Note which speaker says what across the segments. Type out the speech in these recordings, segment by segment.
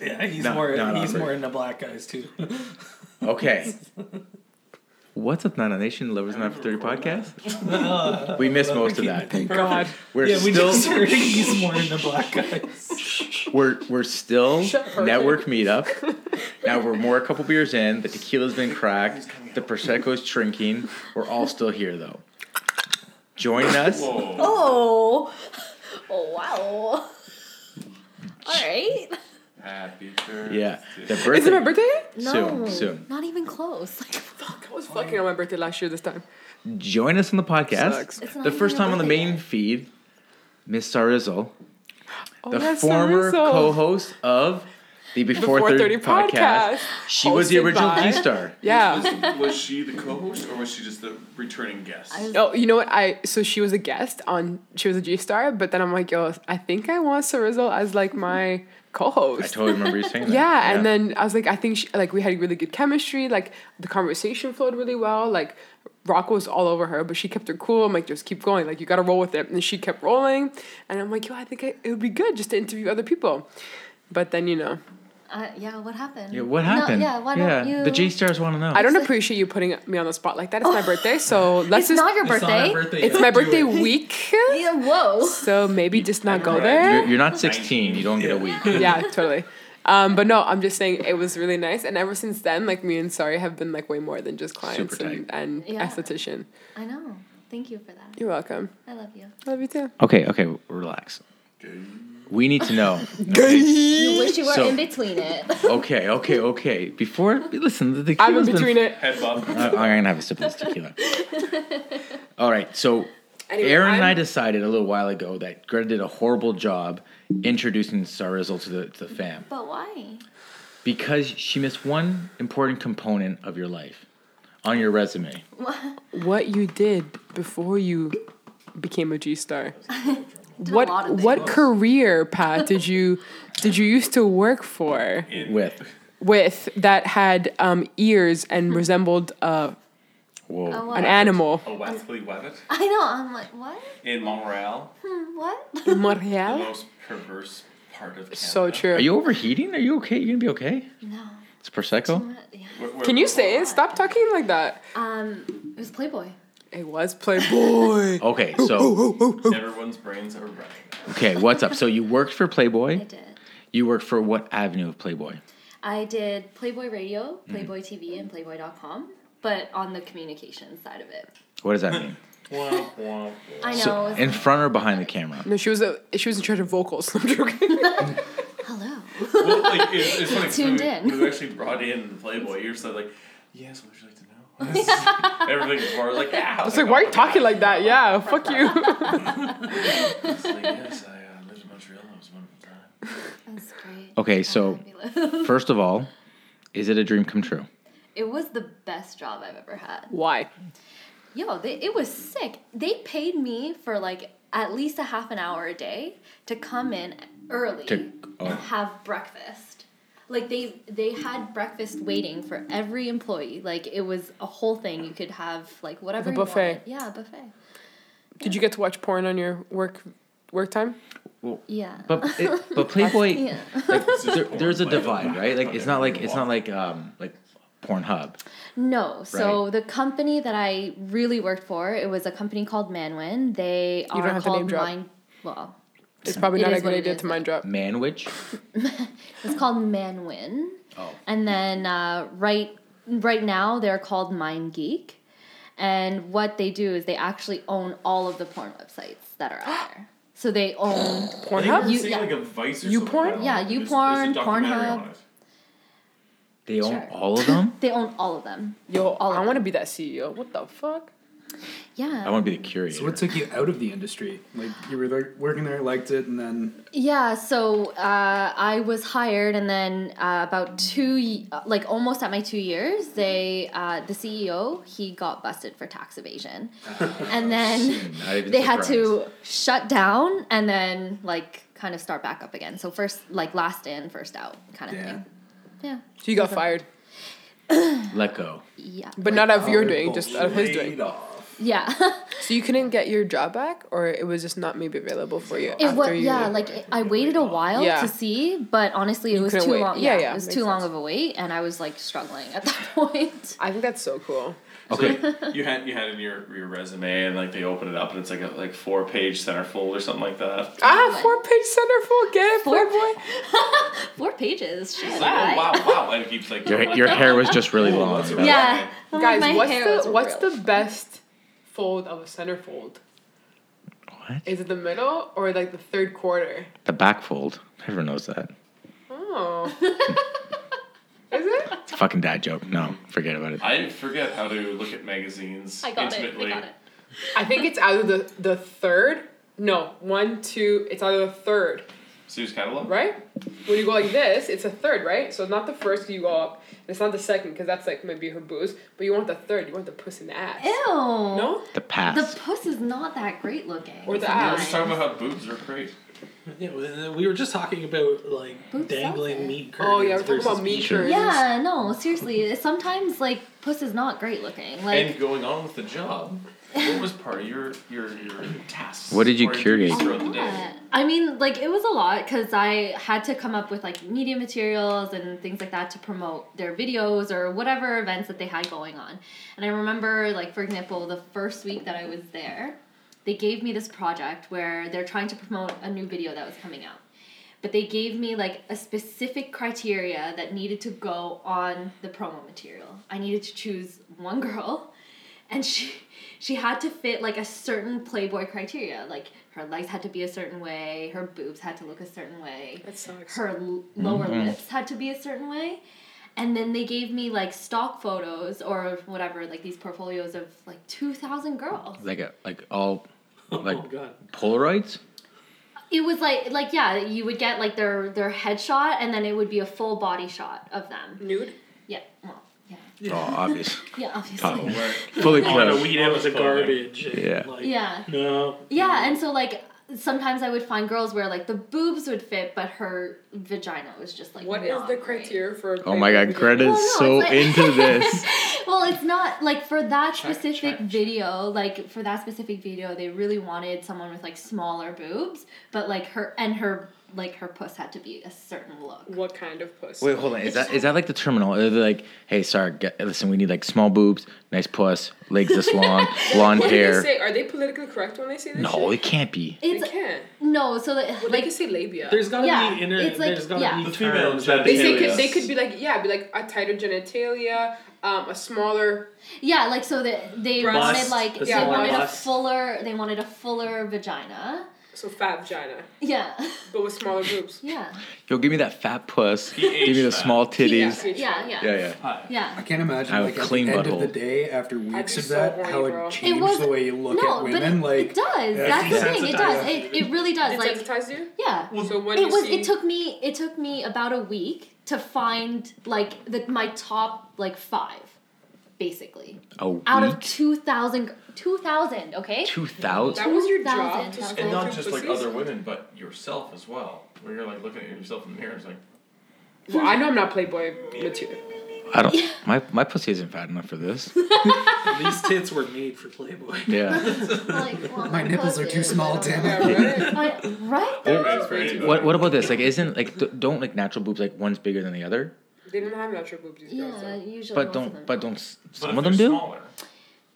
Speaker 1: Yeah, he's
Speaker 2: Not-
Speaker 1: more
Speaker 2: not
Speaker 1: he's
Speaker 2: Aubrey.
Speaker 1: more into black guys too.
Speaker 2: Okay. What's up, Nana Nation? Lovers Not for Thirty podcast. we missed most of that.
Speaker 1: Thank God.
Speaker 2: We're
Speaker 1: yeah, we
Speaker 2: still-
Speaker 1: just heard he's more into black guys.
Speaker 2: We're we're still
Speaker 3: Shut her
Speaker 2: network meetup. now we're more a couple beers in. The tequila's been cracked. The prosecco's shrinking. We're all still here though. Join us.
Speaker 3: Oh. Oh wow. All right.
Speaker 4: Happy birthday.
Speaker 2: Yeah, the
Speaker 5: Is it my
Speaker 2: birthday
Speaker 5: birthday?
Speaker 3: No.
Speaker 2: soon.
Speaker 3: Not even close. Like
Speaker 5: I was fucking on my birthday last year this time.
Speaker 2: Join us on the
Speaker 5: Sucks.
Speaker 2: podcast.
Speaker 3: It's not
Speaker 2: The
Speaker 3: even
Speaker 2: first
Speaker 3: your
Speaker 2: time on the
Speaker 3: birthday.
Speaker 2: main feed, Miss Sarizzle, the
Speaker 5: Miss
Speaker 2: former
Speaker 5: Sarizzle.
Speaker 2: co-host of the Before,
Speaker 5: Before
Speaker 2: 30,
Speaker 5: 30
Speaker 2: podcast.
Speaker 5: podcast,
Speaker 2: She was the
Speaker 5: hosted
Speaker 2: original
Speaker 5: by-
Speaker 2: G star.
Speaker 5: Yeah.
Speaker 4: Was, was she the co-host or was she just the returning guest?
Speaker 3: I was-
Speaker 5: Oh, you know what? I so she was a guest on she was a G star, but then I'm like, yo, I think I want Sarizzle as like my
Speaker 2: I
Speaker 5: co-host.
Speaker 2: totally remember you saying that.
Speaker 5: Yeah, and then I was like, I think she, like we had really good chemistry. Like the conversation flowed really well. Like Rocco was all over her, but she kept her cool. I'm like, just keep going. Like you got to roll with it. And she kept rolling, and I'm like, yo, I think I, it would be good just to interview other people. But then you know,
Speaker 3: Uh, yeah. What happened?
Speaker 2: Yeah, what
Speaker 3: No,
Speaker 2: happened?
Speaker 3: yeah. Why don't you?
Speaker 2: The G stars want to know.
Speaker 5: I don't appreciate you putting me on the spot like that. It's my birthday, so let's just.
Speaker 3: It's not your
Speaker 1: It's not
Speaker 3: birthday.
Speaker 1: her birthday.
Speaker 5: it's
Speaker 1: yet.
Speaker 5: my
Speaker 1: Do
Speaker 5: birthday
Speaker 1: it.
Speaker 5: week.
Speaker 3: Yeah, whoa.
Speaker 5: So maybe just not go
Speaker 4: Right.
Speaker 5: there.
Speaker 2: You're, you're not 16. You don't get a week.
Speaker 5: yeah, totally. Um, but no, I'm just saying it was really nice, and ever since then, like me and Sorry have been like way more than just clients
Speaker 2: Super
Speaker 5: and,
Speaker 2: tight.
Speaker 5: and
Speaker 3: Yeah.
Speaker 5: esthetician.
Speaker 3: I know. Thank you for that.
Speaker 5: You're welcome.
Speaker 3: I love you.
Speaker 5: Love you too.
Speaker 2: Okay, okay, relax. We need to know. Okay,
Speaker 3: You wish you were
Speaker 2: So-
Speaker 3: in between it.
Speaker 2: okay, okay. okay. Before, listen, the
Speaker 5: I'm in
Speaker 2: tequila's
Speaker 5: between
Speaker 2: been,
Speaker 5: it.
Speaker 4: Head bump.
Speaker 2: I, I'm going to have a sip of this tequila. All right, so
Speaker 5: Anyway,
Speaker 2: Aaron and I
Speaker 5: I'm-
Speaker 2: decided a little while ago that Greta did a horrible job introducing Sarizzle to the, to the fam
Speaker 3: But why?
Speaker 2: because she missed one important component of your life on your resume.
Speaker 5: What you did before you became a G star. what
Speaker 3: lot of
Speaker 5: what career path did you did you used to work for
Speaker 2: With,
Speaker 5: with that had um, ears and resembled uh,
Speaker 2: whoa.
Speaker 3: Oh,
Speaker 5: an
Speaker 3: what?
Speaker 5: animal?
Speaker 4: A Wesley Wabbit
Speaker 3: I know. I'm like, what?
Speaker 4: in Montreal,
Speaker 3: Hmm, What?
Speaker 4: the
Speaker 5: Montreal.
Speaker 4: most perverse part of Canada.
Speaker 5: So true.
Speaker 2: Are you overheating? Are you okay? You gonna be okay?
Speaker 3: No.
Speaker 2: It's prosecco.
Speaker 3: What? Yeah.
Speaker 4: Where- where-
Speaker 5: Can you say it? Stop talking like that.
Speaker 3: Um, it was Playboy.
Speaker 5: It was Playboy.
Speaker 2: Okay, so
Speaker 4: Everyone's brains are running.
Speaker 2: okay, what's up? So you worked for
Speaker 3: I
Speaker 2: Playboy.
Speaker 3: did.
Speaker 2: You worked for what avenue of Playboy?
Speaker 3: I did Playboy Radio,
Speaker 2: Mm-hmm.
Speaker 3: Playboy TV, and Playboy.com, but on the communications side of it.
Speaker 2: What does that mean?
Speaker 4: Womp, womp, womp.
Speaker 3: I know.
Speaker 2: So
Speaker 3: it was
Speaker 2: in front or behind the camera?
Speaker 5: No, she was a she was in charge of vocals. I'm joking.
Speaker 3: hello.
Speaker 4: Well, like, it's, it's funny 'cause
Speaker 3: Tuned
Speaker 4: we,
Speaker 3: in.
Speaker 4: we actually brought in Playboy. You're so like, yes, what would you like to know? Everything was like, yeah. I
Speaker 5: It's like, why are you talking like that? Yeah, fuck you.
Speaker 4: It's like, yes, I uh, lived in Montreal. I was one at the time.
Speaker 3: That's great.
Speaker 2: Okay, so
Speaker 3: Fabulous.
Speaker 2: first of all, is it a dream come true?
Speaker 3: it was the best job I've ever had.
Speaker 5: Why?
Speaker 3: Yo, they, it was sick. They paid me for like at least a half an hour a day to come in early
Speaker 2: To- oh.
Speaker 3: and have breakfast. Like they they had breakfast waiting for every employee. Like it was a whole thing. You could have like whatever
Speaker 5: The
Speaker 3: you
Speaker 5: buffet.
Speaker 3: wanted. Yeah, buffet.
Speaker 5: Did you get to watch porn on your work work time?
Speaker 3: Yeah.
Speaker 2: But it, but Playboy,
Speaker 3: yeah.
Speaker 2: like, there,
Speaker 4: porn,
Speaker 2: there's a
Speaker 4: Playboy.
Speaker 2: divide, right? Like it's not like it's not like um like Pornhub.
Speaker 3: No. So
Speaker 2: Right.
Speaker 3: the company that I really worked for, it was a company called Manwin. They
Speaker 5: don't
Speaker 3: are
Speaker 5: have to
Speaker 3: called
Speaker 5: name drop.
Speaker 3: Mind. Well,
Speaker 5: It's probably
Speaker 3: It
Speaker 5: not
Speaker 3: is
Speaker 5: a good
Speaker 3: what it
Speaker 5: idea
Speaker 3: is.
Speaker 5: to mind drop.
Speaker 2: Manwich.
Speaker 3: it's called Manwin.
Speaker 2: Oh.
Speaker 3: And then uh, right right now they're called Mind Geek. And what they do is they actually own all of the porn websites that are out there. So they own
Speaker 4: I think
Speaker 5: Pornhub.
Speaker 4: we're
Speaker 3: You-
Speaker 4: seeing
Speaker 3: yeah.
Speaker 4: like a Vice or
Speaker 5: You
Speaker 4: something
Speaker 5: porn?
Speaker 4: like that.
Speaker 3: Yeah, you
Speaker 4: There's-
Speaker 3: porn,
Speaker 4: there's a documentary
Speaker 3: Pornhub.
Speaker 4: on it.
Speaker 2: They own
Speaker 3: Sure.
Speaker 2: all of them.
Speaker 3: they own all of them.
Speaker 5: Yo,
Speaker 3: of
Speaker 5: I
Speaker 3: them.
Speaker 5: want to be that CEO. What the fuck?
Speaker 3: Yeah.
Speaker 2: I want to be the curator.
Speaker 6: So what took you out of the industry? Like you were there, working there, liked it, and then
Speaker 3: Yeah, so uh, I was hired, and then uh, about two, ye- uh, like almost at my two years, they, uh, the CEO, he got busted for tax evasion, and then
Speaker 2: Not even
Speaker 3: they had
Speaker 2: surprised.
Speaker 3: to shut down, and then like kind of start back up again. So first, like last in, first out, kind of
Speaker 6: yeah,
Speaker 3: thing. Yeah,
Speaker 5: So you got fired,
Speaker 2: let go.
Speaker 3: yeah.
Speaker 5: but not out of your
Speaker 6: Oh,
Speaker 5: doing, just out of his
Speaker 6: laid
Speaker 5: doing.
Speaker 6: off.
Speaker 3: yeah.
Speaker 5: So you couldn't get your job back, or it was just not maybe available for you.
Speaker 3: It
Speaker 5: after
Speaker 3: was
Speaker 5: you,
Speaker 3: yeah, like it, I waited a while
Speaker 5: Yeah.
Speaker 3: to see, but honestly, it was
Speaker 5: couldn't
Speaker 3: too
Speaker 5: wait.
Speaker 3: long.
Speaker 5: Yeah,
Speaker 3: Yeah,
Speaker 5: yeah,
Speaker 3: it was
Speaker 5: makes
Speaker 3: too long
Speaker 5: sense.
Speaker 3: of a wait, and I was like struggling at that point.
Speaker 5: I think that's so cool.
Speaker 2: Okay.
Speaker 4: So you had you had in your your resume and like they open it up and it's like a like four page centerfold or something like that.
Speaker 5: Ah, four page centerfold. Get it,
Speaker 3: Four-
Speaker 5: poor boy.
Speaker 3: Four pages. Shit,
Speaker 4: It's like, oh, wow, wow, and it keeps like
Speaker 2: Your, your hair was just really long.
Speaker 4: that's
Speaker 2: though.
Speaker 4: right.
Speaker 3: Yeah. I'm like,
Speaker 5: Guys,
Speaker 3: my
Speaker 5: what's
Speaker 3: hair was
Speaker 5: the what's
Speaker 3: real.
Speaker 5: the best fold of a centerfold?
Speaker 2: What?
Speaker 5: Is it the middle or like the third quarter?
Speaker 2: The back fold. Everyone knows that.
Speaker 5: Oh. Is it?
Speaker 2: It's a fucking dad joke. No, forget about it.
Speaker 4: I forget how to look at magazines
Speaker 3: I got
Speaker 4: intimately.
Speaker 3: it. I got it.
Speaker 5: I think it's either the the third. No, one, two. It's either the third,
Speaker 4: Sue's catalog.
Speaker 5: right? When you go like this, it's a third, right? So not the first. 'cause You go up. and It's not the second because that's like maybe her booze. But you want the third. You want the puss in the ass.
Speaker 3: Ew. No.
Speaker 5: No.
Speaker 2: The
Speaker 3: The
Speaker 2: pass.
Speaker 3: puss is not that great looking.
Speaker 5: Or the
Speaker 4: Yeah,
Speaker 5: ass.
Speaker 4: let's talk about how boobs are great.
Speaker 1: Yeah, well, then we were just talking about like
Speaker 3: Who sells it?
Speaker 1: dangling meat curds.
Speaker 5: Oh yeah, we're talking
Speaker 1: versus
Speaker 5: about meat
Speaker 1: beef.
Speaker 5: curds.
Speaker 3: Yeah, no, seriously. Sometimes like puss is not great looking. Like
Speaker 4: and going on with the job, what was part of your your your tasks?
Speaker 2: What did you
Speaker 4: or duties
Speaker 2: curate?
Speaker 4: throughout the day?
Speaker 3: Yeah. I mean, like it was a lot because I had to come up with like media materials and things like that to promote their videos or whatever events that they had going on. And I remember, like for example, the first week that I was there, they gave me this project where they're trying to promote a new video that was coming out. But they gave me like a specific criteria that needed to go on the promo material. I needed to choose one girl and she she had to fit like a certain playboy criteria like her legs had to be a certain way her boobs had to look a certain way
Speaker 5: That sucks.
Speaker 3: her l- lower lips had to be a certain way and then they gave me like stock photos or whatever like these portfolios of like 2000 girls
Speaker 2: Like a, like all like
Speaker 1: Oh god.
Speaker 2: Polaroids.
Speaker 3: it was like like yeah you would get like their their headshot and then it would be a full body shot of them
Speaker 5: Nude.
Speaker 3: yeah well yeah
Speaker 2: Oh, obvious.
Speaker 3: yeah obviously
Speaker 2: Oh,
Speaker 4: Where-
Speaker 2: fully
Speaker 1: On a
Speaker 2: clothed.
Speaker 1: weed out the
Speaker 4: Clothing.
Speaker 1: garbage. and,
Speaker 2: Oh, Yeah.
Speaker 1: Like,
Speaker 3: yeah
Speaker 1: No.
Speaker 3: Yeah, and so like sometimes I would find girls where like the boobs would fit, but her vagina was just like.
Speaker 5: What is
Speaker 3: not
Speaker 5: the
Speaker 3: great.
Speaker 5: criteria for? a
Speaker 2: Oh my God,
Speaker 5: playboy?
Speaker 2: Greta
Speaker 3: Well,
Speaker 2: is
Speaker 3: no,
Speaker 2: so
Speaker 3: it's like-
Speaker 2: into this.
Speaker 3: Well, it's not like for that
Speaker 4: Check,
Speaker 3: specific
Speaker 4: check, check.
Speaker 3: video, like for that specific video, they really wanted someone with like smaller boobs, but like her and her like her puss had to be a certain look.
Speaker 5: What kind of puss?
Speaker 2: Wait, hold on. Is that is that like the terminal? Are they like, hey, sorry, g- listen, we need like small boobs, nice puss, legs this long, blonde
Speaker 5: What do they
Speaker 2: hair.
Speaker 5: say? Are they politically correct when they say this?
Speaker 2: No,
Speaker 5: shit?
Speaker 2: it can't be.
Speaker 5: they
Speaker 3: It's
Speaker 5: can't.
Speaker 3: no, so that,
Speaker 5: Well, they
Speaker 3: like
Speaker 5: can say labia.
Speaker 1: There's gotta
Speaker 3: Yeah,
Speaker 1: be inner.
Speaker 3: it's like-
Speaker 1: there's gotta
Speaker 3: yeah.
Speaker 1: be
Speaker 3: The
Speaker 4: female
Speaker 1: terms
Speaker 4: gender
Speaker 1: that
Speaker 5: they say
Speaker 4: Genitalia.
Speaker 5: could, they could be like yeah, be like a tighter genitalia, um, a smaller.
Speaker 3: yeah, like so that they
Speaker 5: Breasts,
Speaker 3: wanted like
Speaker 1: a
Speaker 3: they
Speaker 5: smaller
Speaker 3: wanted a
Speaker 1: bust.
Speaker 3: fuller they wanted a fuller vagina.
Speaker 5: So fat vagina,
Speaker 3: Yeah,
Speaker 5: but with smaller boobs.
Speaker 3: yeah,
Speaker 2: Yo, give me that fat puss. Give
Speaker 4: PH
Speaker 2: me the
Speaker 4: fat.
Speaker 2: small titties.
Speaker 5: PH.
Speaker 3: yeah, yeah,
Speaker 2: Yeah, yeah.
Speaker 3: yeah.
Speaker 6: I can't imagine
Speaker 2: I would
Speaker 6: like at
Speaker 2: clean
Speaker 6: the end of
Speaker 2: butthole.
Speaker 6: the day after weeks
Speaker 5: be
Speaker 6: of
Speaker 5: so
Speaker 6: that
Speaker 5: horny,
Speaker 6: how
Speaker 5: bro. It
Speaker 6: it changed the way you look
Speaker 3: no,
Speaker 6: at
Speaker 3: but
Speaker 6: women.
Speaker 3: it,
Speaker 6: like
Speaker 3: it does.
Speaker 6: yeah,
Speaker 3: That's the thing. It does.
Speaker 1: desensitized.
Speaker 3: It, it really does. Like
Speaker 5: Desensitized you?
Speaker 3: yeah.
Speaker 5: So when
Speaker 3: It
Speaker 5: you
Speaker 3: was.
Speaker 5: see,
Speaker 3: It took me. It took me about a week to find like the, my top like five, basically,
Speaker 2: A
Speaker 3: out of
Speaker 2: week,
Speaker 3: 2,000. 2,000, Okay.
Speaker 2: two
Speaker 5: that
Speaker 2: thousand.
Speaker 5: was your
Speaker 3: 2,000,
Speaker 5: job to
Speaker 3: that's
Speaker 5: scroll
Speaker 4: and not
Speaker 5: through
Speaker 4: just like
Speaker 5: pussies?
Speaker 4: other women, but yourself as well. Where you're like looking at yourself in the mirror, it's like
Speaker 5: Well, I know I'm not Playboy material.
Speaker 2: I don't. My my pussy isn't fat enough for this.
Speaker 1: These tits were made for Playboy.
Speaker 2: Yeah.
Speaker 3: Like, well,
Speaker 6: my nipples are
Speaker 3: pussy
Speaker 6: too
Speaker 3: is,
Speaker 6: small,
Speaker 3: but I don't
Speaker 6: damn
Speaker 3: know.
Speaker 6: it.
Speaker 5: Yeah, right?
Speaker 3: But- right. though?
Speaker 4: that's for anybody.
Speaker 2: What what about this? Like, isn't like d- don't like natural boobs like one's bigger than the other?
Speaker 5: They didn't have natural boobs. These girls.
Speaker 3: Yeah.
Speaker 5: though.
Speaker 3: Usually.
Speaker 2: But
Speaker 3: most of them.
Speaker 2: don't but don't s-
Speaker 4: But
Speaker 2: some
Speaker 4: if
Speaker 2: of them
Speaker 4: they're
Speaker 2: do.
Speaker 4: Smaller,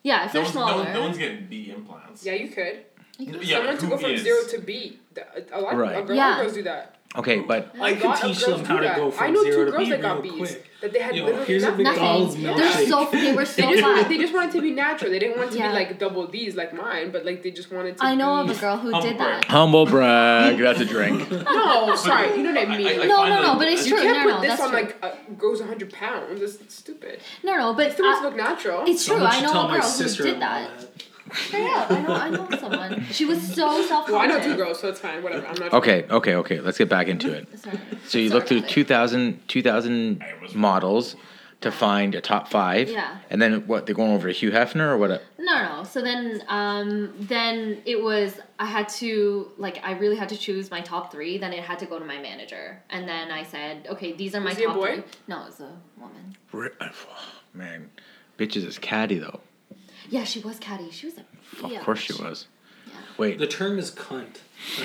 Speaker 3: Yeah. If
Speaker 4: no
Speaker 3: they're
Speaker 4: one's,
Speaker 3: smaller.
Speaker 4: No, no one's getting B implants.
Speaker 5: Yeah, you could.
Speaker 3: you can-
Speaker 4: Yeah,
Speaker 5: I wanted to
Speaker 4: who
Speaker 5: go from
Speaker 4: is?
Speaker 5: zero to B. The- A lot of
Speaker 2: Right.
Speaker 5: a girl,
Speaker 3: Yeah.
Speaker 5: girls do that.
Speaker 2: Okay, but
Speaker 1: I
Speaker 5: A
Speaker 1: could
Speaker 5: lot of
Speaker 1: teach
Speaker 5: girls
Speaker 1: them
Speaker 5: do
Speaker 1: how to
Speaker 5: that.
Speaker 1: go
Speaker 5: I
Speaker 1: from
Speaker 5: know two
Speaker 1: zero to
Speaker 5: girls
Speaker 1: B
Speaker 5: that got
Speaker 1: real
Speaker 5: B's
Speaker 1: quick.
Speaker 5: that they had
Speaker 1: Yo,
Speaker 5: literally
Speaker 1: here's a
Speaker 5: nothing.
Speaker 1: McDonald's
Speaker 3: Nothing. They're
Speaker 1: milkshake.
Speaker 3: so. They were
Speaker 5: They
Speaker 3: so
Speaker 5: just, wanted,
Speaker 3: fat.
Speaker 5: they just wanted to be natural. They didn't want to
Speaker 3: Yeah.
Speaker 5: be like double D's like mine, but like they just wanted to.
Speaker 3: I know of
Speaker 5: be-
Speaker 3: a girl who
Speaker 4: Humble
Speaker 3: did that.
Speaker 2: humble brag. That's a drink.
Speaker 5: No, sorry, you know what I
Speaker 4: I-
Speaker 5: mean.
Speaker 4: I- I
Speaker 5: Like,
Speaker 3: No,
Speaker 4: find that-
Speaker 3: no, no, but it's
Speaker 5: you
Speaker 3: true.
Speaker 5: can't
Speaker 3: no,
Speaker 5: put
Speaker 3: no,
Speaker 5: this
Speaker 3: that's
Speaker 5: on
Speaker 3: true.
Speaker 5: like uh, goes 100 pounds. It's it's stupid.
Speaker 3: No, no, but
Speaker 5: It's supposed
Speaker 3: uh,
Speaker 5: to look natural.
Speaker 3: it's true.
Speaker 1: Someone
Speaker 3: I
Speaker 1: should
Speaker 3: know
Speaker 1: tell
Speaker 3: a
Speaker 1: my
Speaker 3: girl who
Speaker 1: sister
Speaker 3: did that. Yeah, I know. I know someone. She was so self.
Speaker 5: well, I know two girls, so it's fine. Whatever. I'm not.
Speaker 2: Okay, okay, okay. Let's get back into it.
Speaker 3: Sorry.
Speaker 2: So you look
Speaker 3: Sorry
Speaker 2: through
Speaker 3: about
Speaker 2: 2,000,
Speaker 3: it.
Speaker 2: 2,000
Speaker 4: I was-
Speaker 2: models to find a top five.
Speaker 3: Yeah.
Speaker 2: And then what? They're going over to Hugh Hefner or what?
Speaker 3: No, no. So then, um, then it was. I had to like. I really had to choose my top three. Then it had to go to my manager, and then I said, "Okay, these are my
Speaker 5: Was he a
Speaker 3: top
Speaker 5: boy?
Speaker 4: uh,
Speaker 3: three. No, it's a woman.
Speaker 2: Man, bitches is catty though.
Speaker 3: Yeah, she was catty. She was a.
Speaker 2: Of
Speaker 3: bitch.
Speaker 2: course she was.
Speaker 3: Yeah.
Speaker 2: Wait,
Speaker 1: The term is cunt.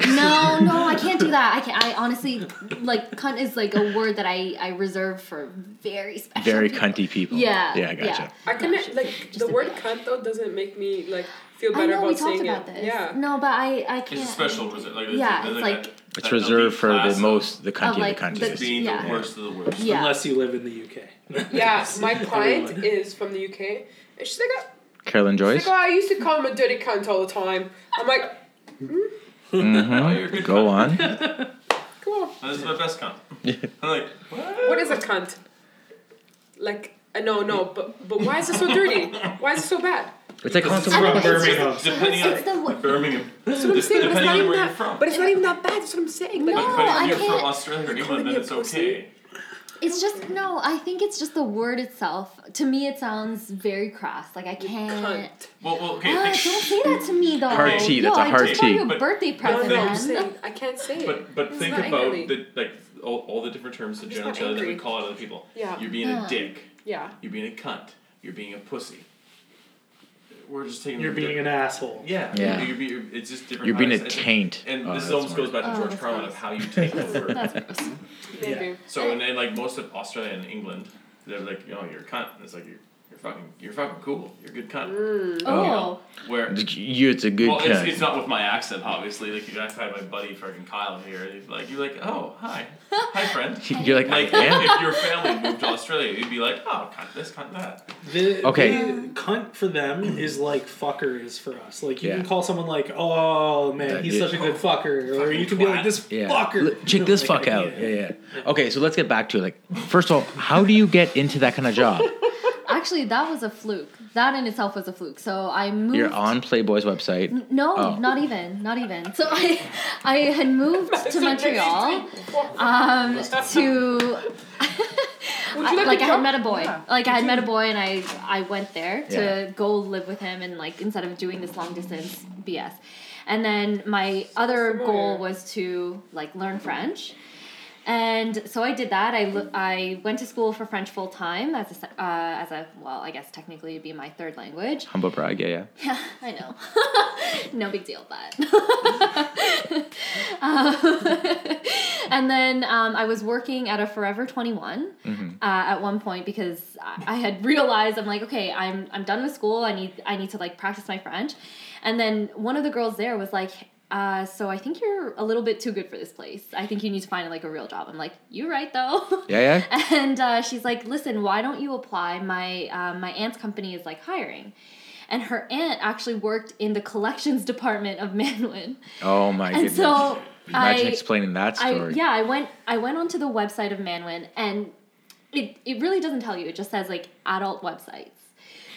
Speaker 3: No, no, I can't do that. I can I honestly like cunt is like a word that I I reserve for very special.
Speaker 2: very
Speaker 3: people.
Speaker 2: cunty people.
Speaker 3: Yeah.
Speaker 2: Yeah, I gotcha.
Speaker 5: I
Speaker 3: Yeah,
Speaker 5: can
Speaker 3: she's
Speaker 5: like
Speaker 3: just
Speaker 5: the
Speaker 3: a
Speaker 5: word
Speaker 3: bitch.
Speaker 5: cunt though doesn't make me like feel
Speaker 3: I
Speaker 5: better
Speaker 3: know
Speaker 5: about
Speaker 3: we talked
Speaker 5: saying
Speaker 3: about
Speaker 5: it.
Speaker 3: this.
Speaker 5: Yeah.
Speaker 3: No, but I I can't.
Speaker 4: It's a special reserve. Like, there's-
Speaker 3: Yeah,
Speaker 4: there's
Speaker 3: it's
Speaker 4: a-
Speaker 3: like-
Speaker 2: It's
Speaker 4: an
Speaker 2: reserved
Speaker 4: elite
Speaker 2: for the
Speaker 4: class of
Speaker 2: most, the cunty
Speaker 3: of, like,
Speaker 2: of the
Speaker 3: the-
Speaker 2: cuntiest.
Speaker 4: Being
Speaker 3: Yeah.
Speaker 4: the worst of the worst.
Speaker 3: Yeah.
Speaker 1: Unless you live in the UK.
Speaker 5: Yeah, my client
Speaker 1: Everyone.
Speaker 5: is from the UK, and she's like, "Oh,"
Speaker 2: Carolyn
Speaker 5: she's
Speaker 2: Joyce?
Speaker 5: like, oh, I used to call him a dirty cunt all the time. I'm like,
Speaker 4: Oh,
Speaker 2: hmm Go on.
Speaker 5: cool.
Speaker 4: This is my best con. I'm like,
Speaker 5: What is a cunt? Like, uh, no, no, but but why is it so dirty? Why is it so bad?
Speaker 2: It's like
Speaker 4: This is
Speaker 3: I
Speaker 4: from
Speaker 3: don't know, it's
Speaker 4: Birmingham.
Speaker 3: just-
Speaker 4: Depending
Speaker 3: it's the
Speaker 4: on
Speaker 3: wo-
Speaker 4: Birmingham.
Speaker 5: That's what I'm saying. But it's
Speaker 4: Depending
Speaker 5: not
Speaker 4: on
Speaker 5: even
Speaker 4: where
Speaker 5: that.
Speaker 4: you're from.
Speaker 5: But it's not even that bad. That's what I'm saying. Like,
Speaker 3: No,
Speaker 4: but if
Speaker 3: I
Speaker 4: you're from
Speaker 3: can't-
Speaker 4: Australia or England, then
Speaker 5: be a
Speaker 4: it's
Speaker 5: pussy.
Speaker 4: okay.
Speaker 3: It's just no. I think it's just the word itself. To me, it sounds very crass. Like I can't.
Speaker 5: cunt.
Speaker 4: Well, well okay.
Speaker 3: Ah,
Speaker 4: think-
Speaker 3: don't say that to me though.
Speaker 2: Hard T, that's
Speaker 3: Yo,
Speaker 2: a hard
Speaker 3: I just bought
Speaker 2: T.
Speaker 3: you a
Speaker 4: But-
Speaker 3: birthday
Speaker 5: No,
Speaker 3: present.
Speaker 5: no, I'm
Speaker 3: man.
Speaker 5: saying I can't say it.
Speaker 4: But but think
Speaker 5: not
Speaker 4: about
Speaker 5: angry.
Speaker 4: the like all, all the different terms that
Speaker 5: It's
Speaker 4: generally
Speaker 5: not
Speaker 4: that we
Speaker 5: angry.
Speaker 4: call out other people.
Speaker 5: Yeah. Ah.
Speaker 4: You're being
Speaker 3: Yeah.
Speaker 4: a dick.
Speaker 5: yeah.
Speaker 4: You're being a cunt. You're being a pussy. We're just taking.
Speaker 1: You're
Speaker 4: the-
Speaker 1: being an asshole.
Speaker 4: Yeah.
Speaker 2: Yeah.
Speaker 4: You're, be- you're- it's just different.
Speaker 2: You're being a
Speaker 4: context.
Speaker 2: taint.
Speaker 4: And
Speaker 2: Oh,
Speaker 4: this
Speaker 2: that's
Speaker 4: almost goes
Speaker 2: smart.
Speaker 4: back to
Speaker 3: Oh,
Speaker 4: George
Speaker 3: that's
Speaker 4: Carlin
Speaker 3: gross.
Speaker 4: of how you take over.
Speaker 3: That's gross.
Speaker 5: Maybe.
Speaker 1: Yeah.
Speaker 4: so and then like most of Australia and England, they're like, oh, you're a cunt. And it's like you're you're fucking you're fucking cool. You're a good cunt.
Speaker 3: Oh,
Speaker 4: Where
Speaker 2: You, it's a good
Speaker 4: well,
Speaker 2: cunt.
Speaker 4: it's, it's not with my accent, obviously. Like, if I had my buddy fucking Kyle here, and he's like, you're like, oh, hi, hi, friend.
Speaker 2: You're like,
Speaker 4: Like,
Speaker 2: I am.
Speaker 4: if, if your family moved to Australia, you'd be like, oh, cunt this, cunt that.
Speaker 1: The,
Speaker 2: Okay.
Speaker 1: the cunt for them is like fucker is for us. Like you
Speaker 2: Yeah.
Speaker 1: can call someone like, oh man,
Speaker 2: That
Speaker 1: he's
Speaker 2: dude.
Speaker 1: such a good fucker, or
Speaker 4: Fucking
Speaker 1: you can be like
Speaker 4: twat.
Speaker 1: this
Speaker 2: Yeah.
Speaker 1: fucker.
Speaker 2: L- check
Speaker 1: No,
Speaker 2: this
Speaker 1: like,
Speaker 2: fuck
Speaker 1: I-
Speaker 2: out. Yeah. yeah, Okay, so let's get back to it. Like, first of all, how do you get into that kind of job?
Speaker 3: actually, that was a fluke. That in itself was a fluke. So I moved.
Speaker 2: You're on Playboy's website.
Speaker 3: No,
Speaker 2: Oh.
Speaker 3: not even, not even. So I, I had moved to Montreal um, to.
Speaker 5: Would you like,
Speaker 3: like
Speaker 5: a
Speaker 3: I
Speaker 5: job?
Speaker 3: had met a boy.
Speaker 5: Yeah.
Speaker 3: Like I had met a boy, and I I went there to
Speaker 2: Yeah.
Speaker 3: go live with him, and like instead of doing this long distance BS, and then my other
Speaker 5: Familiar.
Speaker 3: goal was to like learn French, and so I did that. I l- I went to school for French full time as a se- uh, as a well, I guess technically it'd be my third language.
Speaker 2: Humble brag. Yeah, yeah.
Speaker 3: Yeah, I know. no big deal, but. Um, and then um, I was working at a Forever 21 uh, at one point because I, I had realized I'm like, okay, I'm, I'm done with school. I need, I need to like practice my French. And then one of the girls there was like, uh, so I think you're a little bit too good for this place. I think you need to find like a real job. I'm like, you're right though.
Speaker 2: Yeah, yeah.
Speaker 3: And uh, she's like, "Listen, why don't you apply? My um, my aunt's company is like hiring." And her aunt actually worked in the collections department of Manwin.
Speaker 2: Oh my
Speaker 3: And
Speaker 2: goodness.
Speaker 3: so
Speaker 2: Imagine
Speaker 3: I,
Speaker 2: explaining that
Speaker 3: I
Speaker 2: story.
Speaker 3: yeah, I went I went onto the website of Manwin and it it really doesn't tell you. It just says like adult websites.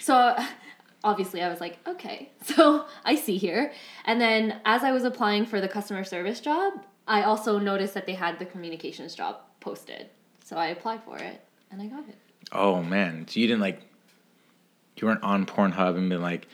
Speaker 3: So obviously I was like, okay. So I see here. And then as I was applying for the customer service job, I also noticed that they had the communications job posted. So I applied for it and I got it.
Speaker 2: Oh man. So you didn't like. You weren't on Pornhub and been like,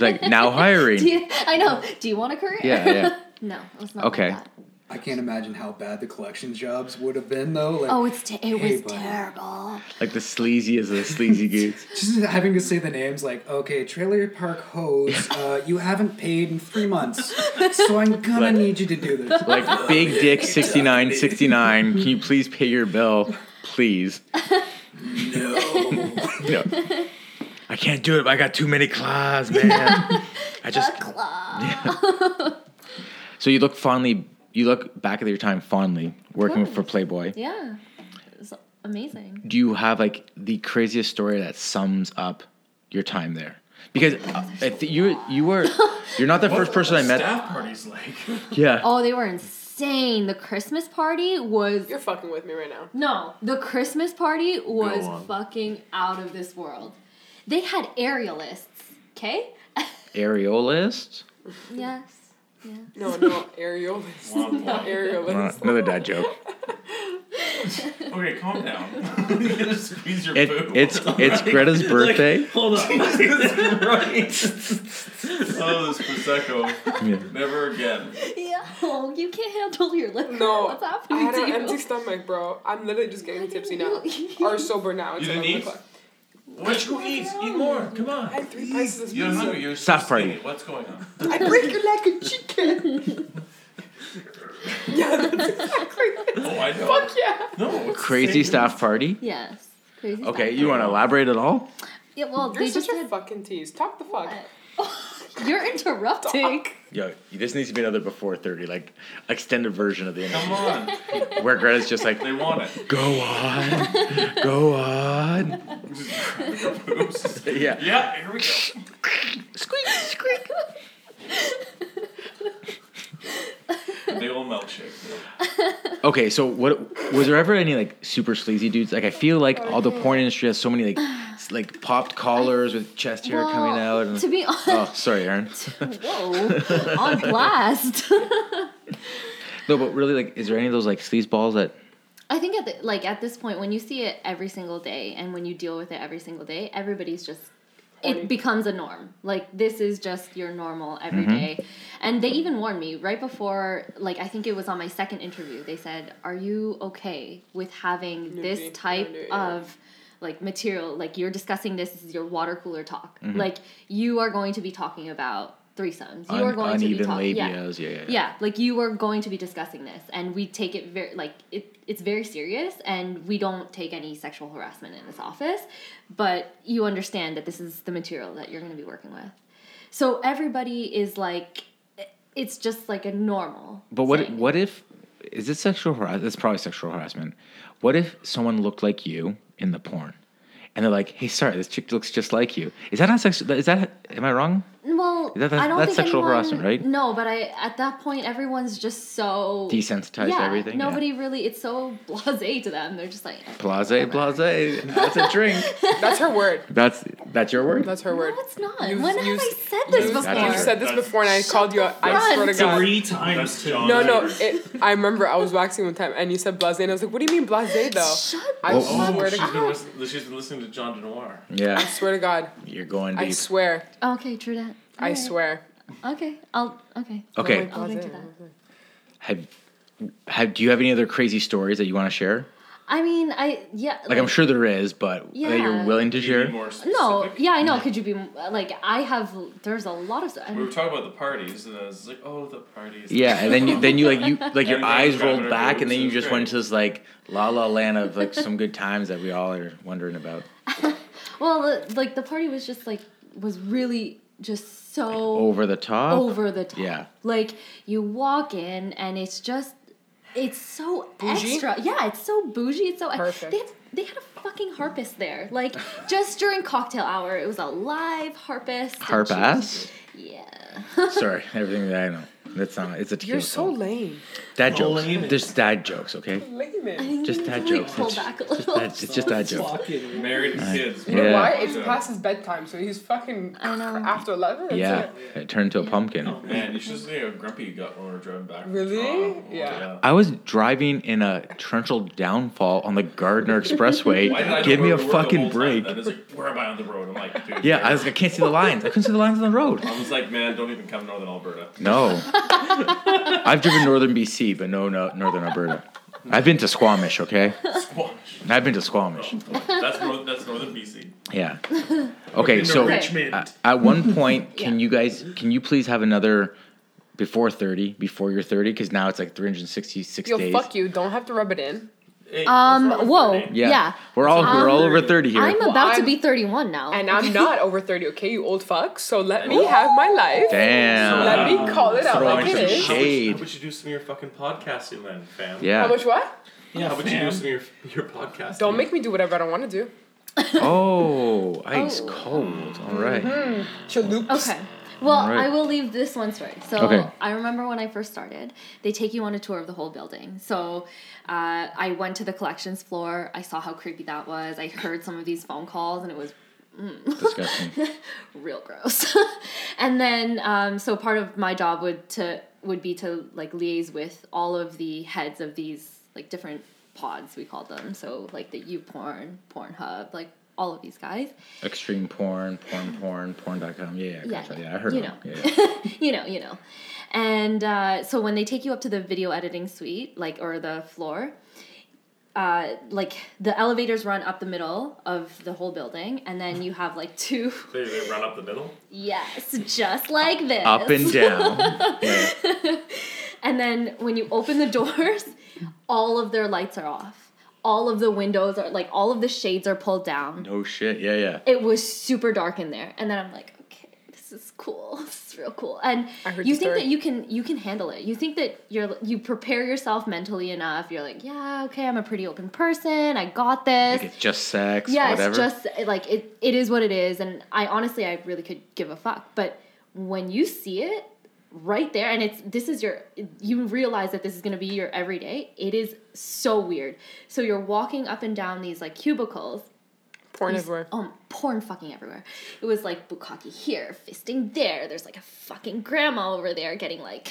Speaker 2: like now hiring.
Speaker 3: Do you, I know. Do you want a career?
Speaker 2: Yeah, yeah.
Speaker 3: no, it was not
Speaker 2: Okay.
Speaker 3: okay. Like that.
Speaker 6: I can't imagine how bad the collections jobs would have been though. Like,
Speaker 3: Oh, it's te- it
Speaker 6: Hey,
Speaker 3: was
Speaker 6: buddy.
Speaker 3: terrible.
Speaker 2: Like the sleaziest of the sleazy dudes.
Speaker 6: just having to say the names like, okay, trailer park hose, uh, you haven't paid in three months, so I'm gonna
Speaker 2: Like-
Speaker 6: need you to do this.
Speaker 2: Like big dick 69 69. Can you please pay your bill? Please.
Speaker 6: No.
Speaker 2: Yeah. I can't do it. I got too many claws, man. I just So you look fondly. You look back at your time fondly working
Speaker 3: course.
Speaker 2: for Playboy.
Speaker 3: Yeah, it was amazing.
Speaker 2: Do you have like the craziest story that sums up your time there? Because uh, I thi- you you were you're not the first person I met.
Speaker 4: Staff parties like.
Speaker 2: Yeah.
Speaker 3: Oh, they were insane. The Christmas party was
Speaker 5: You're fucking with me right now.
Speaker 3: no. The Christmas party was
Speaker 4: on.
Speaker 3: fucking out of this world. They had aerialists. Okay.
Speaker 2: Areolist.
Speaker 3: yes. Yeah.
Speaker 5: No, no, areolas.
Speaker 4: Womp
Speaker 5: Not
Speaker 4: womp.
Speaker 5: areolas.
Speaker 2: Another dad joke.
Speaker 4: Okay, calm down. You're gonna squeeze your
Speaker 2: It,
Speaker 4: boob.
Speaker 2: it's it's Greta's birthday.
Speaker 1: Hold on.
Speaker 4: oh, this prosecco.
Speaker 2: Yeah.
Speaker 4: Never again.
Speaker 3: Yeah. Oh, you can't handle your liquor.
Speaker 5: No,
Speaker 3: What's
Speaker 5: I
Speaker 3: happening
Speaker 5: had
Speaker 3: to
Speaker 5: an
Speaker 3: you?
Speaker 5: empty stomach, bro. I'm literally just getting tipsy now,
Speaker 3: You-
Speaker 5: or sober now. It's
Speaker 4: You didn't
Speaker 5: 11
Speaker 4: eat?
Speaker 5: o'clock.
Speaker 4: What you eat? Eat more. Come
Speaker 5: I
Speaker 4: on.
Speaker 5: had three bites of this
Speaker 4: You're
Speaker 5: pizza.
Speaker 4: hungry. You're so
Speaker 2: Stop partying.
Speaker 4: skinny. What's going on?
Speaker 5: I break your leg a chicken. yeah, that's exactly.
Speaker 4: Oh, I know.
Speaker 5: Fuck yeah.
Speaker 4: No. it's the
Speaker 2: Crazy
Speaker 4: same
Speaker 2: staff party.
Speaker 3: Yes. Crazy
Speaker 2: Okay,
Speaker 3: stuff.
Speaker 2: you want to elaborate at all?
Speaker 3: Yeah, well,
Speaker 5: You're
Speaker 3: they
Speaker 5: such
Speaker 3: just
Speaker 5: a
Speaker 3: had.
Speaker 5: fucking tease. Talk the fuck.
Speaker 3: You're interrupting.
Speaker 2: Yo, this needs to be another before thirty, like extended version of the
Speaker 4: dude.
Speaker 2: interview,
Speaker 4: Come on.
Speaker 2: where Greta's just like,
Speaker 4: They want it.
Speaker 2: "Go on, go on."
Speaker 4: Oops.
Speaker 2: Yeah,
Speaker 4: Yeah, here we go.
Speaker 2: squeak, squeak.
Speaker 4: Big old milkshake.
Speaker 2: Okay, so what was there ever any like super sleazy dudes? Like, I feel like all the porn industry has so many like s- like popped collars with chest hair coming
Speaker 3: Well,
Speaker 2: out. And,
Speaker 3: To be honest.
Speaker 2: oh, sorry, Aaron.
Speaker 3: Whoa. On blast.
Speaker 2: No, but really, like, is there any of those like sleaze balls that?
Speaker 3: I think at the, like at this point when you see it every single day and when you deal with it every single day, everybody's just it becomes a norm. Like this is just your normal every day. And they even warned me right before like I think it was on my second interview. They said, "Are you okay with having
Speaker 5: Nudity,
Speaker 3: this type
Speaker 5: nudity, yeah.
Speaker 3: of like material like you're discussing this, this is your water cooler talk. Like you are going to be talking about threesomes. You
Speaker 2: Un-
Speaker 3: are going to be
Speaker 2: uneven
Speaker 3: talking yeah
Speaker 2: labias. Yeah, yeah, yeah.
Speaker 3: yeah like you were going to be discussing this and we take it very like it, it's very serious and we don't take any sexual harassment in this office but you understand that this is the material that you're going to be working with so everybody is like it's just like a normal
Speaker 2: But what
Speaker 3: thing.
Speaker 2: what if is this sexual harassment? It's probably sexual harassment. What if someone looked like you in the porn, and they're like, "Hey, sorry, this chick looks just like you." Is that not sexual? Is that am I wrong?
Speaker 3: well
Speaker 2: That- that-
Speaker 3: I don't
Speaker 2: that's
Speaker 3: think
Speaker 2: sexual
Speaker 3: anyone,
Speaker 2: harassment, right?
Speaker 3: no but i at that point everyone's just so
Speaker 2: Desensitized to
Speaker 3: yeah,
Speaker 2: everything, yeah.
Speaker 3: nobody really it's so blasé to them they're just like
Speaker 2: Blase, blase. That's a drink.
Speaker 5: That's her word.
Speaker 2: That's that's your word.
Speaker 5: That's her
Speaker 3: no
Speaker 5: word.
Speaker 3: it's not
Speaker 5: You-
Speaker 3: when
Speaker 5: you-
Speaker 3: have i said this
Speaker 5: you-
Speaker 3: before
Speaker 5: You said this
Speaker 4: That's-
Speaker 5: before, and I called you. out. I swear to
Speaker 3: Shut
Speaker 5: God.
Speaker 1: Three times
Speaker 4: That's
Speaker 1: two.
Speaker 4: John.
Speaker 5: No, no. It, I remember I was waxing one time, and you said blase, and I was like, "What do you mean blase, though?"
Speaker 3: Shut
Speaker 5: I
Speaker 2: Oh,
Speaker 4: Oh,
Speaker 5: swear to
Speaker 4: she's
Speaker 5: God.
Speaker 4: been, listen, she's been listening to John Denoir.
Speaker 2: yeah,
Speaker 5: I swear to God.
Speaker 2: you're going
Speaker 5: I
Speaker 2: deep.
Speaker 5: swear.
Speaker 3: Okay, Trudette.
Speaker 5: I
Speaker 3: Alright.
Speaker 5: swear.
Speaker 3: Okay, I'll. Okay.
Speaker 2: okay,
Speaker 3: I'll drink to that.
Speaker 2: have, have do you have any other crazy stories that you want to share?
Speaker 3: I mean, I yeah.
Speaker 2: Like I'm sure there is, but that you're
Speaker 3: Yeah.
Speaker 2: willing to
Speaker 4: Could you be
Speaker 2: share.
Speaker 4: more
Speaker 3: No,
Speaker 4: specific?
Speaker 3: yeah, I know. Could you be like? I have. There's a lot of. stuff.
Speaker 4: We were talking about the parties, and I was like, "Oh, the parties."
Speaker 2: Yeah, and then you then you like you like your
Speaker 4: And
Speaker 2: eyes
Speaker 4: grabbing
Speaker 2: rolled
Speaker 4: her
Speaker 2: back, and
Speaker 4: boobs
Speaker 2: then you
Speaker 4: is
Speaker 2: just
Speaker 4: great.
Speaker 2: went into this like la la land of like some good times that we all are wondering about.
Speaker 3: well, the, like the party was just like was really just so
Speaker 2: Over the top.
Speaker 3: over the top.
Speaker 2: oh, Yeah.
Speaker 3: Like you walk in and it's just it's so
Speaker 5: Bougie?
Speaker 3: extra. Yeah, it's so bougie. It's so
Speaker 5: Perfect.
Speaker 3: They, they had a fucking harpist there. Like just during cocktail hour, it was a live harpist. and
Speaker 2: Harp
Speaker 3: she was-
Speaker 2: ass.
Speaker 3: Yeah.
Speaker 2: Sorry, everything that I know. That's not. It's a tequila.
Speaker 5: You're so
Speaker 2: song.
Speaker 5: lame.
Speaker 2: dad jokes.
Speaker 1: lame.
Speaker 2: Just dad jokes, okay?
Speaker 5: Layman.
Speaker 2: Just
Speaker 3: that
Speaker 2: dad
Speaker 3: joke.
Speaker 2: jokes.
Speaker 3: Pull
Speaker 2: It's
Speaker 3: back a
Speaker 2: just
Speaker 3: little.
Speaker 2: dad- it's just dad jokes.
Speaker 1: Fucking
Speaker 4: Married and kids.
Speaker 5: You know
Speaker 2: Yeah.
Speaker 5: why? It's past his bedtime, so he's fucking
Speaker 3: I know.
Speaker 5: after eleven. that's
Speaker 2: Yeah,
Speaker 5: it.
Speaker 2: it turned to a pumpkin.
Speaker 4: Man, you should see how grumpy you got when we were driving back. from
Speaker 5: Really?
Speaker 4: Toronto.
Speaker 5: Yeah.
Speaker 2: I was driving in a torrential downfall on the Gardner
Speaker 4: Why did I
Speaker 2: Expressway.
Speaker 4: know
Speaker 2: Give me
Speaker 4: where
Speaker 2: a
Speaker 4: we were the whole
Speaker 2: fucking
Speaker 4: time?
Speaker 2: break.
Speaker 4: That is like, where am I on the road? I'm like, dude.
Speaker 2: Yeah,
Speaker 4: where?
Speaker 2: I was like, I can't see the lines. I couldn't see the lines on the road.
Speaker 4: I was like, man, don't even come northern Alberta.
Speaker 2: No. I've driven northern BC, but no, no northern Alberta. I've been to Squamish, okay?
Speaker 4: Squash.
Speaker 2: I've been to Squamish.
Speaker 4: That's north, that's northern BC.
Speaker 2: Yeah. Okay, so
Speaker 1: Richmond.
Speaker 2: uh, at one point, can
Speaker 3: Yeah.
Speaker 2: you guys can you please have another before 30, before you're 30 cuz now it's like 366
Speaker 5: Yo,
Speaker 2: days.
Speaker 5: fuck you. Don't have to rub it in.
Speaker 4: Hey,
Speaker 3: Um,
Speaker 4: what's wrong with
Speaker 3: whoa.
Speaker 4: Alberta?
Speaker 2: Yeah.
Speaker 3: Yeah.
Speaker 2: We're all
Speaker 3: Um,
Speaker 2: we're all over 30 here.
Speaker 3: I'm about to
Speaker 5: I'm-
Speaker 3: be 31 now.
Speaker 5: And I'm not over thirty, okay? You old fuck. So let me have my life.
Speaker 2: Damn.
Speaker 5: Let me call it out
Speaker 2: Throwing
Speaker 5: like it
Speaker 2: some shade.
Speaker 5: is.
Speaker 4: How would, you,
Speaker 2: Shade.
Speaker 4: how would you do some of your fucking podcasting then,
Speaker 5: How
Speaker 4: fam?
Speaker 2: Yeah.
Speaker 5: much what?
Speaker 1: yeah,
Speaker 4: How would you
Speaker 1: fam.
Speaker 4: do some of your, your podcasting?
Speaker 5: Don't make me do whatever I don't want to do.
Speaker 2: Oh, ice cold. All right.
Speaker 3: Mm-hmm.
Speaker 2: Oh,
Speaker 5: Chaloops.
Speaker 3: Okay. Well,
Speaker 2: Alright.
Speaker 3: I will leave this one story. So
Speaker 2: Okay.
Speaker 3: I remember when I first started, they take you on a tour of the whole building. So uh, I went to the collections floor. I saw how creepy that was. I heard some of these phone calls, and it was
Speaker 2: Disgusting.
Speaker 3: real gross. and then, um, so part of my job would to would be to like liaise with all of the heads of these like different pods we called them. So like the U Porn, Pornhub, like all of these guys.
Speaker 2: Extreme porn, porn, porn, porn.com. Yeah, yeah, gotcha. yeah. I heard
Speaker 3: you
Speaker 2: of
Speaker 3: know.
Speaker 2: them. Yeah, yeah.
Speaker 3: you know, you know. And uh, so when they take you up to the video editing suite, like or the floor, uh, like the elevators run up the middle of the whole building, and then you have like two
Speaker 4: They, they run up the middle.
Speaker 3: yes, just like this
Speaker 2: Up and down. Yeah.
Speaker 3: And then when you open the doors, all of their lights are off. All of the windows are like all of the shades are pulled down.
Speaker 2: No shit. Yeah, yeah.
Speaker 3: It was super dark in there, and then I'm like, okay, this is cool. This is real cool. And
Speaker 5: I heard
Speaker 3: you
Speaker 5: the
Speaker 3: think
Speaker 5: story.
Speaker 3: that you can you can handle it. You think that you're you prepare yourself mentally enough. You're like, yeah, okay, I'm a pretty open person. I got this.
Speaker 2: Like it's just sex.
Speaker 3: yeah,
Speaker 2: whatever.
Speaker 3: it's just like it. It is what it is, and I honestly, I really could give a fuck. But when you see it right there, and it's this is your, you realize that this is gonna be your everyday. It is so weird. So you're walking up and down these like cubicles,
Speaker 5: Porn
Speaker 3: you s-
Speaker 5: everywhere.
Speaker 3: Oh, porn fucking everywhere. It was like bukkake here, fisting there. There's like a fucking grandma over there getting like.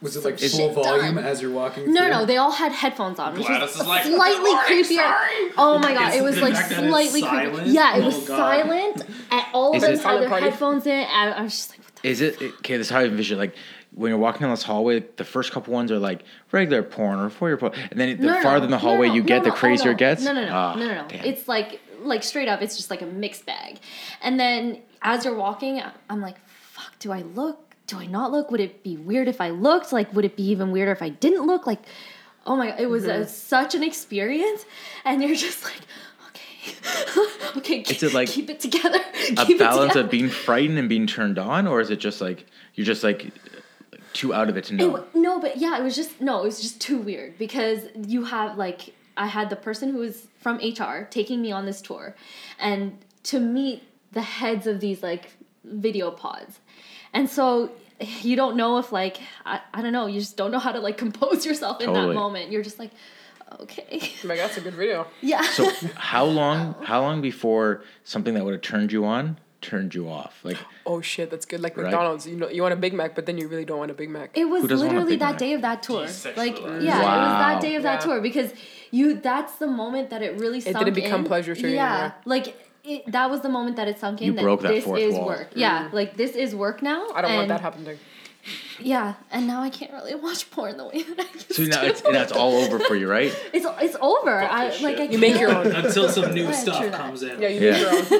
Speaker 6: Was it like
Speaker 3: Some
Speaker 6: full
Speaker 3: shit
Speaker 6: volume
Speaker 3: done.
Speaker 6: as you're walking?
Speaker 3: No,
Speaker 6: through?
Speaker 3: no, they all had headphones on, which
Speaker 4: Gladys
Speaker 3: was
Speaker 4: is like,
Speaker 3: slightly creepier. Oh my god,
Speaker 1: It's
Speaker 3: it was
Speaker 1: the
Speaker 3: like
Speaker 1: fact that it's
Speaker 3: slightly
Speaker 1: silent?
Speaker 3: creepy. Yeah, it
Speaker 1: Oh
Speaker 3: was
Speaker 1: God.
Speaker 3: silent. And all of
Speaker 2: Is
Speaker 3: them
Speaker 2: it-
Speaker 3: had their
Speaker 5: Silent party.
Speaker 3: headphones in. And I was just like, what the
Speaker 2: Is it okay? This is how I envision. it, Like when you're walking down this hallway, the first couple ones are like regular porn or foyer porn, and then the
Speaker 3: No, no, no,
Speaker 2: farther in the
Speaker 3: no,
Speaker 2: hallway
Speaker 3: no,
Speaker 2: you
Speaker 3: no,
Speaker 2: get,
Speaker 3: no,
Speaker 2: the
Speaker 3: oh,
Speaker 2: crazier
Speaker 3: no.
Speaker 2: it gets.
Speaker 3: No, no, no,
Speaker 2: Ah,
Speaker 3: no, no, no.
Speaker 2: damn.
Speaker 3: It's like like straight up, it's just like a mixed bag. And then as you're walking, I'm like, fuck, do I look? Do I not look? Would it be weird if I looked? Like, would it be even weirder if I didn't look? Like, oh my, it was a, such an experience, and you're just like. okay, Okay,
Speaker 2: Is
Speaker 3: keep-
Speaker 2: it like
Speaker 3: keep it together.
Speaker 2: a
Speaker 3: keep
Speaker 2: balance
Speaker 3: it
Speaker 2: of being frightened and being turned on, or is it just like you're just like too out of it to
Speaker 3: It
Speaker 2: know?
Speaker 3: wa- no, but yeah, it was just no, it was just too weird because you have like I had the person who was from HR taking me on this tour, and to meet the heads of these like video pods, and so you don't know if like I, I don't know you just don't know how to like compose yourself in
Speaker 2: Totally.
Speaker 3: that moment. You're just like, okay,
Speaker 5: Oh my god, that's a good video.
Speaker 3: yeah.
Speaker 2: So how long? How long before something that would have turned you on turned you off? Like
Speaker 5: Oh shit, that's good. Like
Speaker 2: Right.
Speaker 5: McDonald's, you know, you want a Big Mac, but then you really don't want a Big Mac.
Speaker 3: It was
Speaker 2: Who doesn't want a
Speaker 3: literally
Speaker 2: Big
Speaker 3: that
Speaker 2: Mac?
Speaker 3: day of that tour.
Speaker 4: Desexualized.
Speaker 3: Like yeah, it
Speaker 2: Wow.
Speaker 3: was that day of that
Speaker 5: Yeah.
Speaker 3: tour because you that's the moment that it really
Speaker 5: didn't
Speaker 3: sunk
Speaker 5: become
Speaker 3: in.
Speaker 5: pleasure to you
Speaker 3: Yeah.
Speaker 5: anymore.
Speaker 3: Like it, that was the moment that it sunk in
Speaker 2: You
Speaker 3: that
Speaker 2: broke that
Speaker 3: this
Speaker 2: fourth
Speaker 3: is
Speaker 2: wall.
Speaker 3: work. Yeah. Like this is work now.
Speaker 5: Mm. I don't want
Speaker 3: and-
Speaker 5: that happening.
Speaker 3: Yeah. And now I can't really watch porn the way that I used
Speaker 2: so now
Speaker 3: to.
Speaker 2: it's, now it's all over for you, right?
Speaker 3: it's it's over. I
Speaker 4: this
Speaker 3: like I
Speaker 4: shit.
Speaker 5: You make
Speaker 3: can't-
Speaker 5: your own.
Speaker 1: Until some new
Speaker 3: True
Speaker 1: stuff
Speaker 3: that.
Speaker 1: comes in.
Speaker 5: Yeah, you
Speaker 2: Yeah.
Speaker 5: make your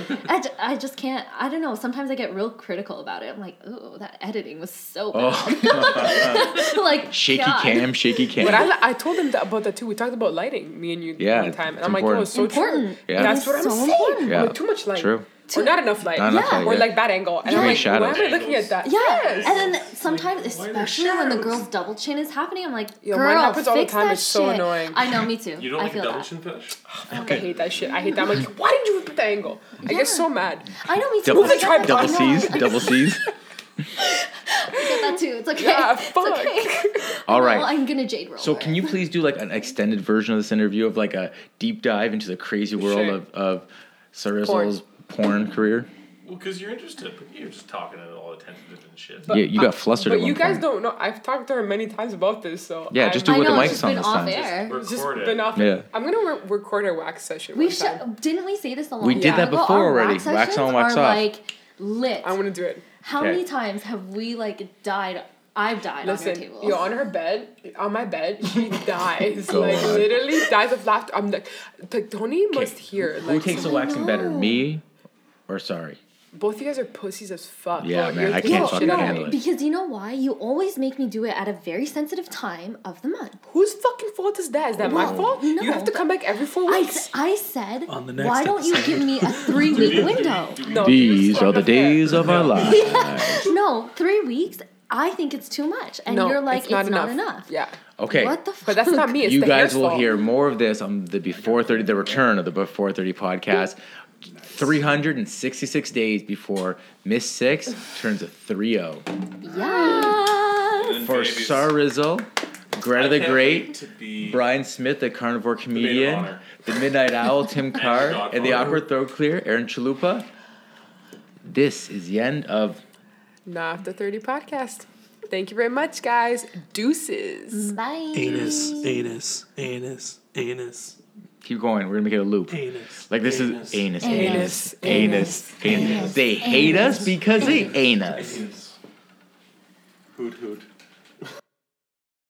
Speaker 5: own.
Speaker 3: I, ju- I just can't. I don't know. Sometimes I get real critical about it. I'm like, oh, that editing was so bad.
Speaker 2: Oh,
Speaker 3: like
Speaker 2: shaky
Speaker 3: God.
Speaker 2: cam, shaky cam.
Speaker 5: But I, li- I told them that, about that too. We talked about lighting, me and you,
Speaker 2: Yeah,
Speaker 5: one time,
Speaker 2: it's
Speaker 5: and I'm like, oh, it's so true.
Speaker 3: Important.
Speaker 2: Yeah.
Speaker 5: That's what I'm
Speaker 3: It's so
Speaker 5: saying.
Speaker 3: important.
Speaker 2: Yeah.
Speaker 5: Like, too much light,
Speaker 2: True.
Speaker 5: or not enough light,
Speaker 2: Not enough
Speaker 3: Yeah.
Speaker 2: light,
Speaker 5: or
Speaker 2: yeah.
Speaker 5: like bad angle. And
Speaker 2: Too
Speaker 5: I'm
Speaker 2: many
Speaker 5: like,
Speaker 2: shadows.
Speaker 5: why am I looking at that?
Speaker 3: Yeah, and then sometimes,
Speaker 1: why are there
Speaker 3: especially when the
Speaker 1: shadows?
Speaker 3: girl's double chin is happening, I'm like,
Speaker 5: Yo,
Speaker 3: girl,
Speaker 5: mine happens all the
Speaker 3: fix
Speaker 5: time.
Speaker 3: that
Speaker 5: It's so
Speaker 3: shit."
Speaker 5: annoying.
Speaker 3: I know, me too.
Speaker 4: You don't
Speaker 3: I
Speaker 4: like
Speaker 3: feel
Speaker 4: double
Speaker 3: that.
Speaker 4: chin fetish?
Speaker 5: Fuck, I hate that shit. I hate that. I'm like, why did you put that angle? I
Speaker 3: Yeah.
Speaker 5: get so mad.
Speaker 3: I know, me too.
Speaker 2: double,
Speaker 3: I get that-
Speaker 2: double
Speaker 3: I know,
Speaker 2: C's, double C's.
Speaker 3: I get that too. It's okay.
Speaker 5: Yeah, fuck.
Speaker 3: It's okay.
Speaker 2: All right.
Speaker 3: Well, I'm gonna jade roll.
Speaker 2: So can you please do like an extended version of this interview of like a deep dive into the crazy world
Speaker 5: Sure.
Speaker 2: of of Sarasol's porn. career?
Speaker 4: Well, because you're interested. But you're just talking and all attentive and shit.
Speaker 2: Yeah, you got flustered
Speaker 5: But
Speaker 2: at one
Speaker 5: you guys
Speaker 2: point.
Speaker 5: don't know. I've talked to her many times about this, so
Speaker 2: Yeah,
Speaker 5: I'm-
Speaker 2: just do
Speaker 3: I
Speaker 2: with the
Speaker 3: know,
Speaker 2: mics
Speaker 3: it's just
Speaker 2: on
Speaker 3: been
Speaker 2: this
Speaker 3: off
Speaker 2: time.
Speaker 3: air.
Speaker 5: It's
Speaker 4: Record
Speaker 5: just
Speaker 4: it.
Speaker 5: been off.
Speaker 2: Yeah.
Speaker 5: I'm gonna re- record a wax session.
Speaker 3: We
Speaker 5: one
Speaker 3: should.
Speaker 5: time.
Speaker 3: Didn't we say this a long
Speaker 2: We did
Speaker 3: time
Speaker 2: that
Speaker 3: ago?
Speaker 2: before
Speaker 3: Our
Speaker 2: already.
Speaker 3: Wax,
Speaker 2: Wax on,
Speaker 3: sessions
Speaker 2: wax
Speaker 3: are,
Speaker 2: off.
Speaker 3: Like lit.
Speaker 5: I want to do it.
Speaker 3: How
Speaker 2: Okay.
Speaker 3: many times have we like died? I've died on
Speaker 5: Listen,
Speaker 3: your table.
Speaker 5: you're on her bed, on my bed. She dies,
Speaker 2: Go
Speaker 5: like
Speaker 2: on.
Speaker 5: literally dies of laughter. I'm like, like Tony must hear.
Speaker 2: Who
Speaker 5: Like,
Speaker 2: takes the
Speaker 3: I
Speaker 2: waxing better,
Speaker 3: know.
Speaker 2: me or sorry?
Speaker 5: both you guys are pussies as fuck.
Speaker 2: Yeah,
Speaker 5: Like,
Speaker 2: man,
Speaker 5: you're
Speaker 2: I
Speaker 5: taking
Speaker 2: can't
Speaker 5: the
Speaker 2: fucking
Speaker 5: shit out of
Speaker 2: handle
Speaker 5: me.
Speaker 2: it.
Speaker 3: Because you know why? You always make me do it at a very sensitive time of the month.
Speaker 5: Whose fucking fault is that? Is that my
Speaker 3: No,
Speaker 5: fault?
Speaker 3: no.
Speaker 5: You have to come back every four
Speaker 3: I,
Speaker 5: weeks.
Speaker 3: s- I said,
Speaker 1: On the next
Speaker 3: why don't you
Speaker 1: episode.
Speaker 3: give me a three week window?
Speaker 5: no,
Speaker 2: These
Speaker 5: you're
Speaker 2: are the
Speaker 5: Oh, fucking fair.
Speaker 2: days of our lives.
Speaker 3: No, three weeks. I think it's too much, and
Speaker 5: No,
Speaker 3: you're like, it's not, enough.
Speaker 5: Yeah,
Speaker 2: Okay.
Speaker 3: What the fuck?
Speaker 5: but that's not me. It's
Speaker 2: you
Speaker 5: the
Speaker 2: guys
Speaker 5: hair's
Speaker 2: will
Speaker 5: fault.
Speaker 2: hear more of this on the before 30 the return of the before 30 podcast 366 days before miss six turns a oh. 3-0
Speaker 3: Yeah.
Speaker 4: And
Speaker 2: for
Speaker 4: babies.
Speaker 2: sar rizzo greta
Speaker 4: I
Speaker 2: the
Speaker 4: can't wait
Speaker 2: great
Speaker 4: to be
Speaker 2: brian smith the carnivore comedian
Speaker 4: honor.
Speaker 2: the midnight owl tim carr
Speaker 4: Godfather.
Speaker 2: and the awkward throat clear aaron chalupa this is the end of
Speaker 5: Nah, the thirty podcast. Thank you very much, guys. Deuces.
Speaker 3: Bye.
Speaker 1: Anus, anus, anus, anus,
Speaker 2: keep going we're gonna make it a loop
Speaker 1: anus.
Speaker 2: like this is anus anus
Speaker 5: Anus.
Speaker 2: anus anus they hate us because they ain't us
Speaker 4: Hoot hoot.